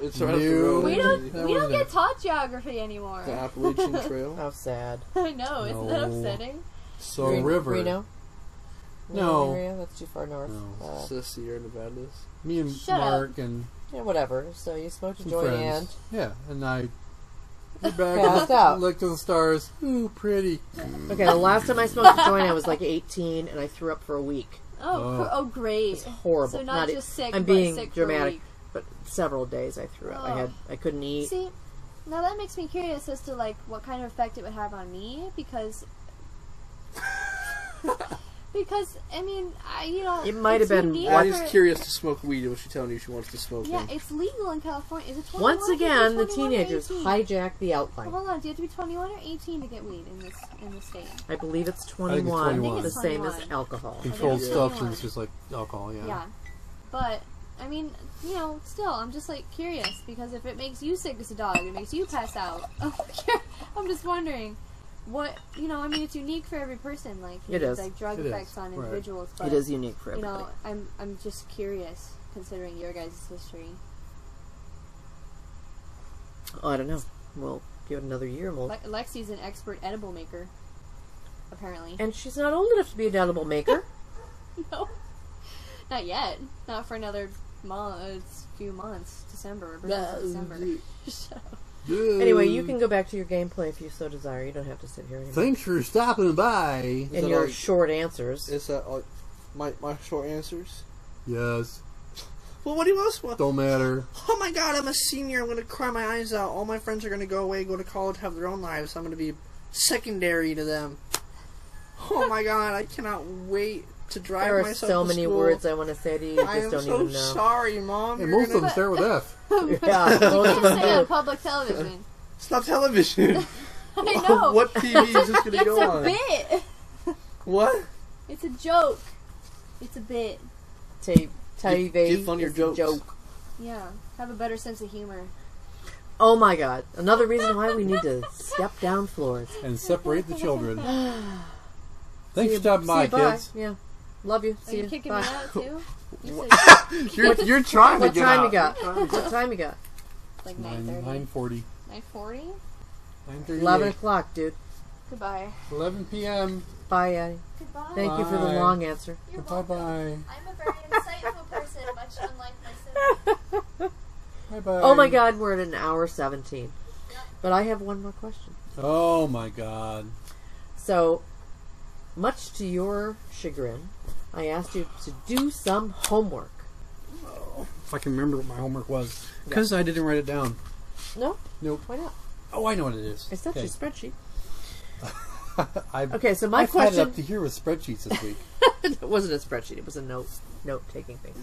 S8: It's right up the
S5: No.
S8: road.
S4: we don't
S5: That
S4: we don't
S5: was a-
S4: get taught geography anymore.
S8: The Appalachian Trail.
S3: How Oh, sad.
S4: I know, isn't that
S5: No.
S4: upsetting?
S5: so
S3: Ren-
S5: Oh, river.
S3: Reno.
S5: No.
S3: Area? That's too far north.
S5: No.
S3: Uh,
S8: It's the Sierra Nevadas.
S5: Me and
S4: Shut up.
S5: Mark and
S3: yeah, whatever. So you smoked a
S5: some
S3: joint
S5: friends.
S3: and
S5: Yeah, and I. Looked back and
S3: Passed
S5: looked,
S3: out.
S5: looked at the stars. Ooh, pretty.
S3: okay. The last time I smoked a joint, I was like 18, and I threw up for a week.
S4: Oh,
S5: Oh.
S4: cr- oh great.
S3: It's horrible.
S4: So not
S3: e-
S4: just sick,
S3: I'm
S4: but
S3: being
S4: sick for a
S3: dramatic,
S4: week.
S3: but several days I threw up.
S4: Oh.
S3: I had I couldn't eat.
S4: See, now that makes me curious as to like what kind of effect it would have on me because because I mean I you know
S3: It might
S4: it's
S3: have been
S4: unique
S3: Yeah,
S8: Addie's
S4: for-
S8: curious to smoke weed. Was she telling you she wants to smoke
S4: Yeah,
S8: it?
S4: it's legal in California. Is it 21
S3: Once
S4: or is it
S3: again, the
S4: 21 or
S3: teenagers
S4: 18?
S3: hijacked the outline.
S4: Hold on, do you have to be 21 or 18 to get weed in this in the state?
S3: I believe it's
S5: it's
S3: 21,
S5: 21.
S3: the same as
S4: 21.
S3: alcohol.
S5: Controlled
S4: Yeah.
S5: substance, just like alcohol. Yeah.
S4: Yeah. But I mean, you know, still, I'm just like curious because if it makes you sick as a dog, it makes you pass out. Oh, I'm just wondering what you know. I mean, it's unique for every person. Like
S3: It is.
S4: like drug
S5: It is,
S4: effects on
S5: right.
S4: individuals. But
S3: It is unique for
S4: You
S3: everybody.
S4: know, I'm I'm just curious considering your guys' history.
S3: oh, I don't know. We'll give it another year. and We'll
S4: Le- Lexi's an expert edible maker, apparently.
S3: And she's not old enough to be an edible maker.
S4: No, not yet. Not for another month. It's few months. December. We're back to December. Shut up.
S3: anyway, you can go back to your gameplay if you so desire. You don't have to sit here anymore.
S5: Thanks for stopping by.
S3: and
S8: it
S3: your
S8: like-
S3: short answers.
S8: Is that all? My my short answers.
S5: Yes,
S8: Well, what do you else want?
S5: don't matter.
S8: Oh my God! I'm a senior. I'm gonna cry my eyes out. All my friends are gonna go away, go to college, have their own lives. I'm gonna be secondary to them. Oh my God! I cannot wait to drive
S3: There are
S8: myself
S3: so
S8: to
S3: many
S8: school.
S3: words I want to say to you. You
S8: I am
S3: just don't
S8: so
S3: even know.
S8: sorry, Mom.
S5: And
S8: You're
S5: most of
S8: gonna
S5: them start with F.
S3: Yeah, most of
S4: Can't
S3: them
S4: say on
S3: do.
S4: public television.
S8: stop television.
S4: I know.
S8: what TV is this gonna
S4: It's
S8: go
S4: a
S8: on?
S4: bit.
S8: What?
S4: It's a joke. It's a bit.
S3: Tape. TV
S8: Get- get on your
S3: is a
S8: jokes.
S3: joke.
S4: Yeah. Have a better sense of humor.
S3: Oh my god! Another reason why we need to step down floors.
S5: And separate the children. Thanks
S3: See
S5: for stopping
S3: you-
S5: by,
S3: see you, bye.
S5: kids.
S3: Yeah, love you.
S4: Are
S3: See
S4: you
S3: you.
S4: kicking
S3: Bye.
S4: me out too? You said
S5: You're, you're trying
S3: What
S5: to get
S3: time
S5: out.
S3: you got? What time you got?
S4: like 9.30.
S5: Nine nine forty.
S4: 9.40?
S5: Nine thirty.
S3: Eleven o'clock, dude.
S4: Goodbye.
S5: 11 p.m.
S3: Bye, Addie.
S4: Goodbye.
S3: Thank you for the
S5: Bye.
S3: long answer.
S4: You're
S5: Bye
S4: welcome.
S5: bye.
S4: I'm a very insightful person, much unlike myself.
S5: Bye bye.
S3: Oh my God, we're at an hour seventeen. But I have one more question.
S5: Oh my god.
S3: So, much to your chagrin, I asked you to do some homework.
S5: If I can remember what my homework was. Because I didn't write it down.
S3: No,
S5: Nope.
S3: why not?
S5: Oh, I know what it is.
S3: It's not
S5: Okay.
S3: your spreadsheet.
S5: I've,
S3: Okay, so my
S5: I've
S3: question
S5: had it up to here with spreadsheets this week.
S3: it wasn't a spreadsheet; it was a note note taking thing.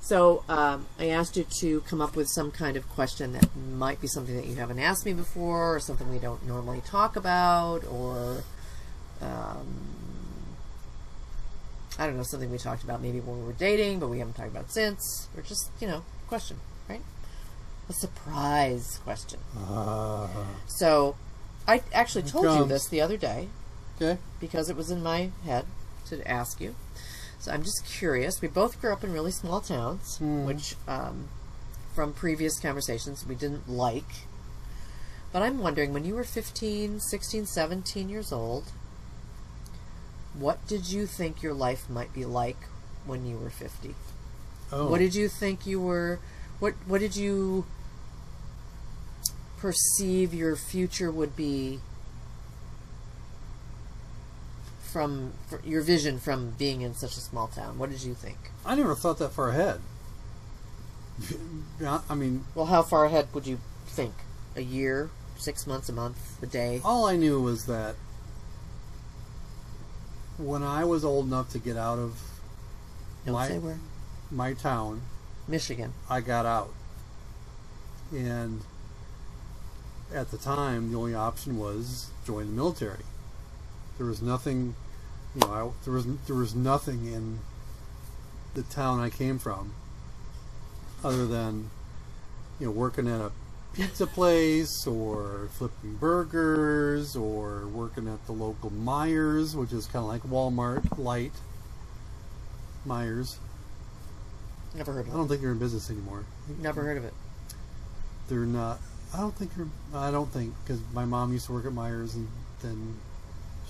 S3: So um, I asked you to come up with some kind of question that might be something that you haven't asked me before, or something we don't normally talk about, or um, I don't know something we talked about maybe when we were dating, but we haven't talked about since, or just you know question, right? A surprise question. So I actually told you
S5: comes.
S3: this the other day
S5: okay.
S3: because it was in my head to ask you. So I'm just curious. We both grew up in really small towns, which, um, from previous conversations, we didn't like. But I'm wondering when you were 15, 16, 17 years old, what did you think your life might be like when you were 50?
S5: Oh.
S3: What did you think you were? What What did you perceive your future would be from fr your vision from being in such a small town? What did you think?
S5: I never thought that far ahead. Yeah, I mean,
S3: Well, how far ahead would you think? A year, six months, a month, a day?
S5: all I knew was that when I was old enough to get out of
S3: Don't
S5: my-
S3: say where.
S5: my town,
S3: Michigan.
S5: I got out. And at the time, the only option was join the military. There was nothing, you know, I, there was there was nothing in the town I came from other than you know working at a pizza place or flipping burgers or working at the local Myers, which is kind of like Walmart light. Myers.
S3: Never heard
S5: I
S3: of
S5: don't think they're in business anymore
S3: it. Never heard of it.
S5: they're not. I don't think they're. I don't think because my mom used to work at Myers and then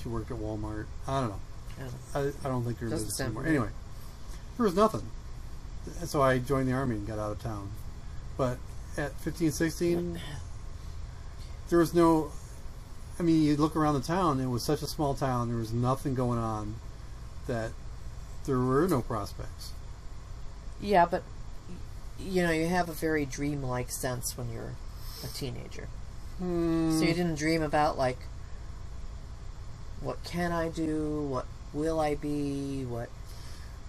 S5: she worked at Walmart. I don't know.
S3: Oh.
S5: I, I don't think they're in
S3: Doesn't
S5: business
S3: sound
S5: anymore.
S3: familiar.
S5: Anyway, there was nothing, so I joined the army and got out of town. But at 15, 16, there was no. I mean, you look around the town. It was such a small town. There was nothing going on that there were no prospects.
S3: Yeah, but y- you know, you have a very dreamlike sense when you're a teenager.
S5: Hmm.
S3: So you didn't dream about like what can I do? What will I be? What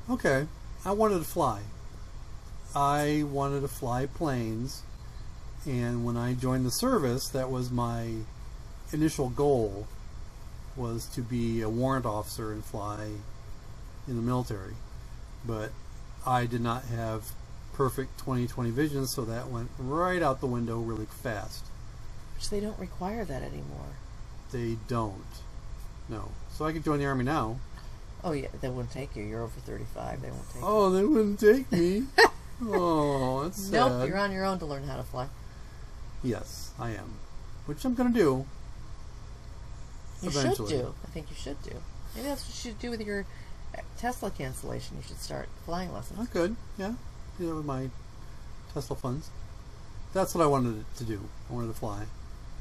S5: Okay. I wanted to fly. I wanted to fly planes. And when I joined the service, that was my initial goal was to be a warrant officer and fly in the military. But I did not have perfect 20/20 vision, so that went right out the window really fast.
S3: which they don't require that anymore.
S5: They don't. No. So I could join the army now.
S3: Oh yeah, they wouldn't take you. You're over 35. They won't take you.
S5: Oh, they wouldn't take me. oh, that's sad.
S3: Nope, you're on your own to learn how to fly.
S5: Yes, I am. Which I'm going to do.
S3: You
S5: Eventually.
S3: should do. I think you should do. Maybe that's what you should do with your uh, Tesla cancellation. You should start flying lessons.
S5: Not good. Yeah. Do that with my Tesla funds. That's what I wanted to do. I wanted to fly.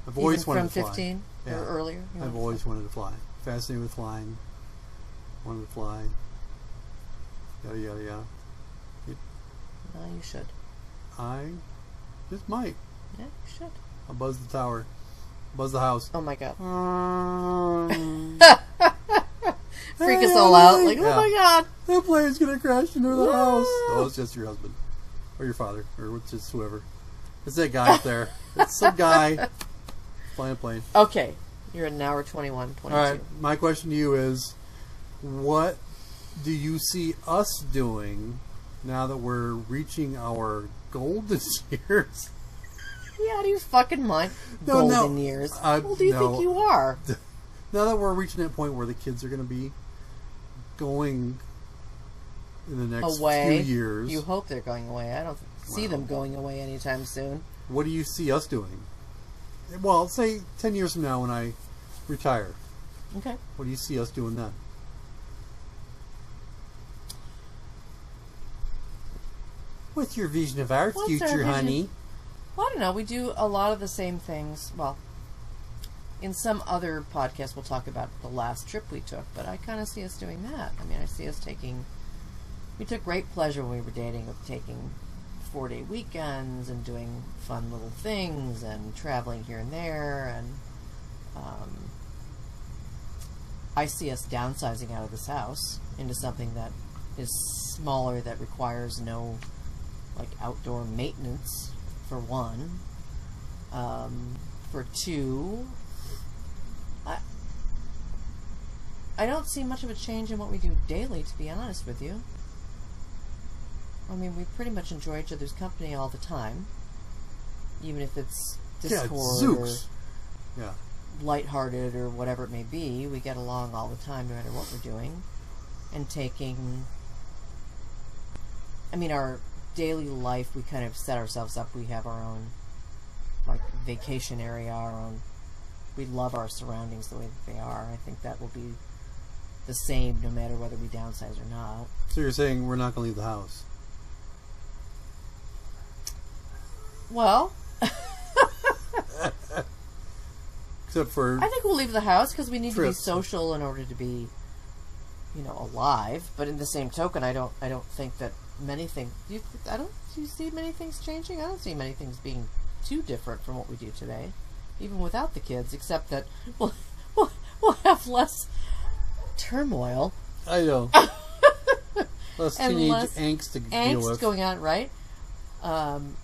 S5: I've always
S3: Even
S5: wanted
S3: from
S5: to fly.
S3: 15
S5: Yeah.
S3: or earlier. you wanna
S5: I've
S3: fly.
S5: always wanted to fly. Fascinated with flying. Wanted to fly. Yada, yada, yada.
S3: No, you should.
S5: I just might.
S3: Yeah, you should.
S5: I'll buzz the tower. Buzz the house.
S3: Oh my god.
S5: Um,
S3: freak us all out. Like,
S5: Yeah.
S3: oh my god.
S5: that plane's going to crash into the house. Oh, it's just your husband. or your father, or it's just whoever. It's that guy up there. It's some guy flying a plane.
S3: Okay, you're in an hour 21, 22.
S5: All right, my question to you is, what do you see us doing now that we're reaching our golden years?
S3: Yeah, out of your fucking mind.
S5: No, no.
S3: Golden years.
S5: Uh,
S3: well, do you
S5: no.
S3: think you are?
S5: Now that we're reaching that point where the kids are going to be going in the next
S3: Away.
S5: few years,
S3: You hope they're going away. I don't see them going away anytime soon.
S5: what do you see us doing? Well, say ten years from now when I retire.
S3: Okay.
S5: What do you see us doing then? What's your vision of our
S3: What's our
S5: future,
S3: vision?
S5: honey?
S3: Well, I don't know. We do a lot of the same things. Well, in some other podcast, we'll talk about the last trip we took, but I kind of see us doing that. I mean, I see us taking. We took great pleasure when we were dating of taking four day weekends and doing fun little things and traveling here and there. And um, I see us downsizing out of this house into something that is smaller that requires no like outdoor maintenance for one. Um, for two, I I don't see much of a change in what we do daily, to be honest with you. I mean, we pretty much enjoy each other's company all the time, even if it's
S5: Yeah,
S3: Discord or
S5: Zooks. Yeah.
S3: lighthearted or whatever it may be. We get along all the time, no matter what we're doing. And taking, I mean, our daily life, we kind of set ourselves up. We have our own, like, vacation area, our own. We love our surroundings the way that they are. I think that will be the same no matter whether we downsize or not.
S5: So you're saying we're not going to leave the house?
S3: Well,
S5: Except for
S3: I think we'll leave the house because we need
S5: Trips.
S3: to be social in order to be, you know, alive. But in the same token, I don't, I don't think that many things. You, I don't. Do you see many things changing? I don't see many things being too different from what we do today, even without the kids. Except that we'll, we'll, we'll have less turmoil,
S5: I know. Less
S3: And
S5: teenage
S3: less
S5: angst to deal
S3: angst
S5: with.
S3: going on, right? Um,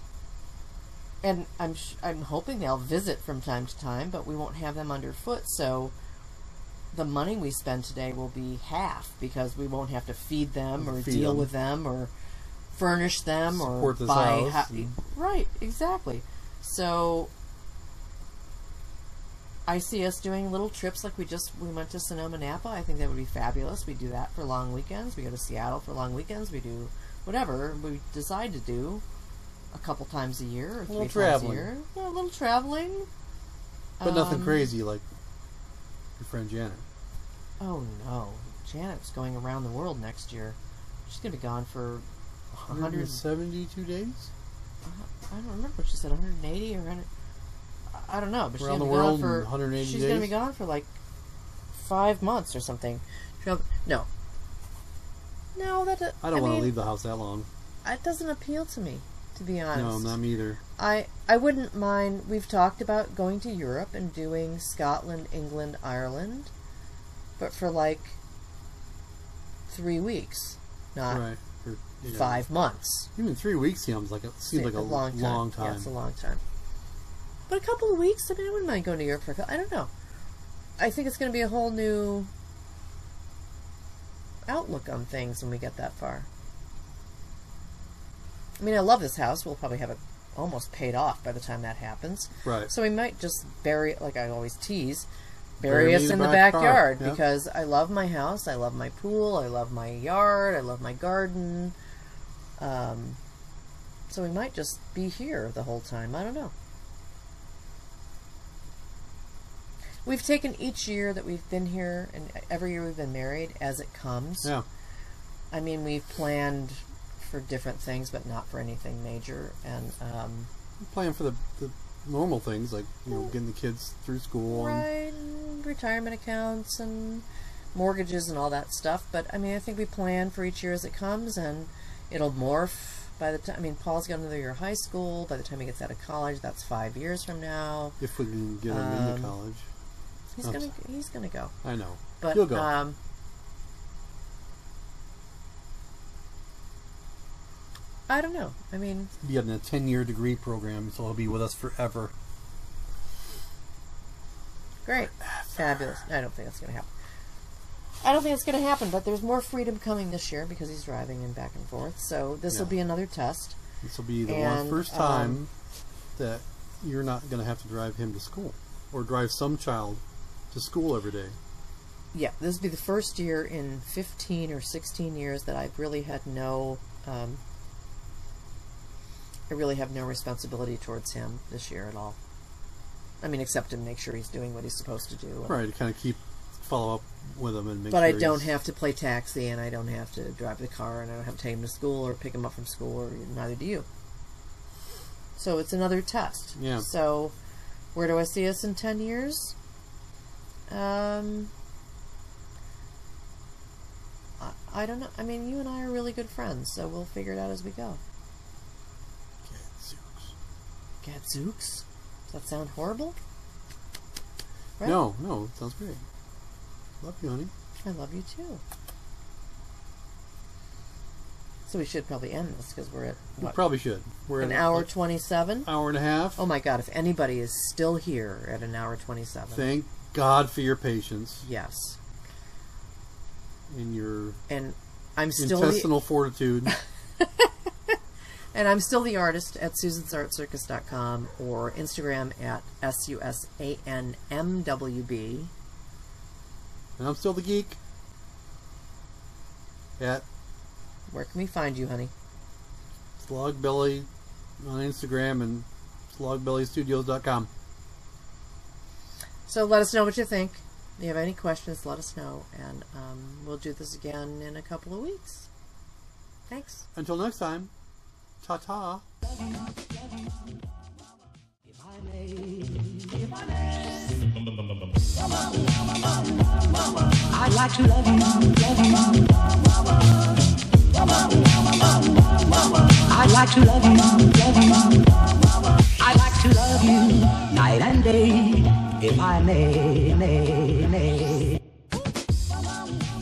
S3: and I'm sh- I'm hoping they'll visit from time to time, but we won't have them underfoot. So the money we spend today will be half because we won't have to feed them or
S5: Feed
S3: deal
S5: them.
S3: with them or furnish them or
S5: Support this
S3: buy
S5: house
S3: ha-
S5: and-
S3: right exactly. So I see us doing little trips like we just we went to Sonoma Napa. I think that would be fabulous. We do that for long weekends. We go to Seattle for long weekends. We do whatever we decide to do a couple times a year or three
S5: little
S3: times
S5: traveling.
S3: a year. Yeah, a little traveling.
S5: but nothing
S3: Um,
S5: crazy like your friend Janet.
S3: Oh no, Janet's going around the world next year. She's gonna be gone for a hundred.
S5: 172 days?
S3: I don't remember what she said. 180 or 100. I- I don't know, but she's
S5: Around
S3: gonna be
S5: the
S3: gone
S5: world in
S3: for
S5: 180
S3: She's gonna be
S5: days?
S3: gone for like five months or something. She'll- No. No, that. do-
S5: I don't want
S3: mean,
S5: to leave the house that long.
S3: It doesn't appeal to me, to be honest.
S5: No, not me either.
S3: I I wouldn't mind. We've talked about going to Europe and doing Scotland, England, Ireland, but for like three weeks, not
S5: right. Or, you know,
S3: Uh, five months.
S5: Even three weeks seems like it seems like a, long time.
S3: Yeah, it's a long time. But a couple of weeks. I mean, I wouldn't mind going to Europe for. a cou- I don't know. I think it's going to be a whole new outlook on things when we get that far. I mean, I love this house. We'll probably have it almost paid off by the time that happens.
S5: Right.
S3: So we might just bury, like I always tease, bury, us in the, backyard
S5: backyard, yeah.
S3: because I love my house. I love my pool. I love my yard. I love my garden. Um, so we might just be here the whole time. I don't know. We've taken each year that we've been here and every year we've been married as it comes.
S5: yeah.
S3: I mean, we've planned for different things, but not for anything major. And um,
S5: Plan for the, the normal things like you know getting the kids through school and
S3: right, and retirement accounts and mortgages and all that stuff. But I mean, I think we plan for each year as it comes, and it'll morph by the time. I mean, Paul's got another year of high school. By the time he gets out of college, that's five years from now.
S5: if we can get them
S3: Um,
S5: into college.
S3: He's
S5: Oh.
S3: gonna he's gonna go.
S5: I know.
S3: But
S5: You'll go.
S3: um I don't know. I mean,
S5: be in a 10 year degree program, so he'll be with us forever.
S3: great. Fabulous. I don't think that's going to happen. I don't think it's going to happen, but there's more freedom coming this year because he's driving and back and forth. So this will
S5: Yeah.
S3: be another test.
S5: This will be the
S3: And,
S5: one first
S3: um,
S5: time that you're not going to have to drive him to school or drive some child to school every day.
S3: Yeah, this will be the first year in 15 or 16 years that I've really had no. Um, I really have no responsibility towards him this year at all. I mean, except to make sure he's doing what he's supposed to do.
S5: Right, to kind of keep follow up with him and make
S3: But
S5: sure
S3: I don't
S5: he's-
S3: have to play taxi, and I don't have to drive the car, and I don't have to take him to school or pick him up from school, or neither do you. So it's another test.
S5: Yeah.
S3: So, where do I see us in ten years? Um, I, I don't know. I mean, you and I are really good friends, so we'll figure it out as we go. Gadzooks? Does that sound horrible? Right?
S5: No, no, it sounds great. Love you, honey.
S3: I love you too. So we should probably end this because we're at
S5: We
S3: what,
S5: probably should. We're
S3: an
S5: at
S3: hour twenty-seven.
S5: hour and a half.
S3: Oh my God! If anybody is still here at an hour twenty-seven,
S5: Thank God for your patience
S3: yes,
S5: and your
S3: and I'm still the,
S5: intestinal fortitude.
S3: and I'm still the artist at susansartcircus.com or Instagram at s u s a n m w b.
S5: and I'm still the geek. At
S3: Where can we find you, honey?
S5: Slugbelly on Instagram and slugbellystudios.com.
S3: So let us know what you think. If you have any questions, let us know, and um, we'll do this again in a couple of weeks. Thanks.
S5: Until next time, ta ta.
S1: I'd like to love you. love you. I'd like to love you. love you. I'd like to love you night and day, if I may.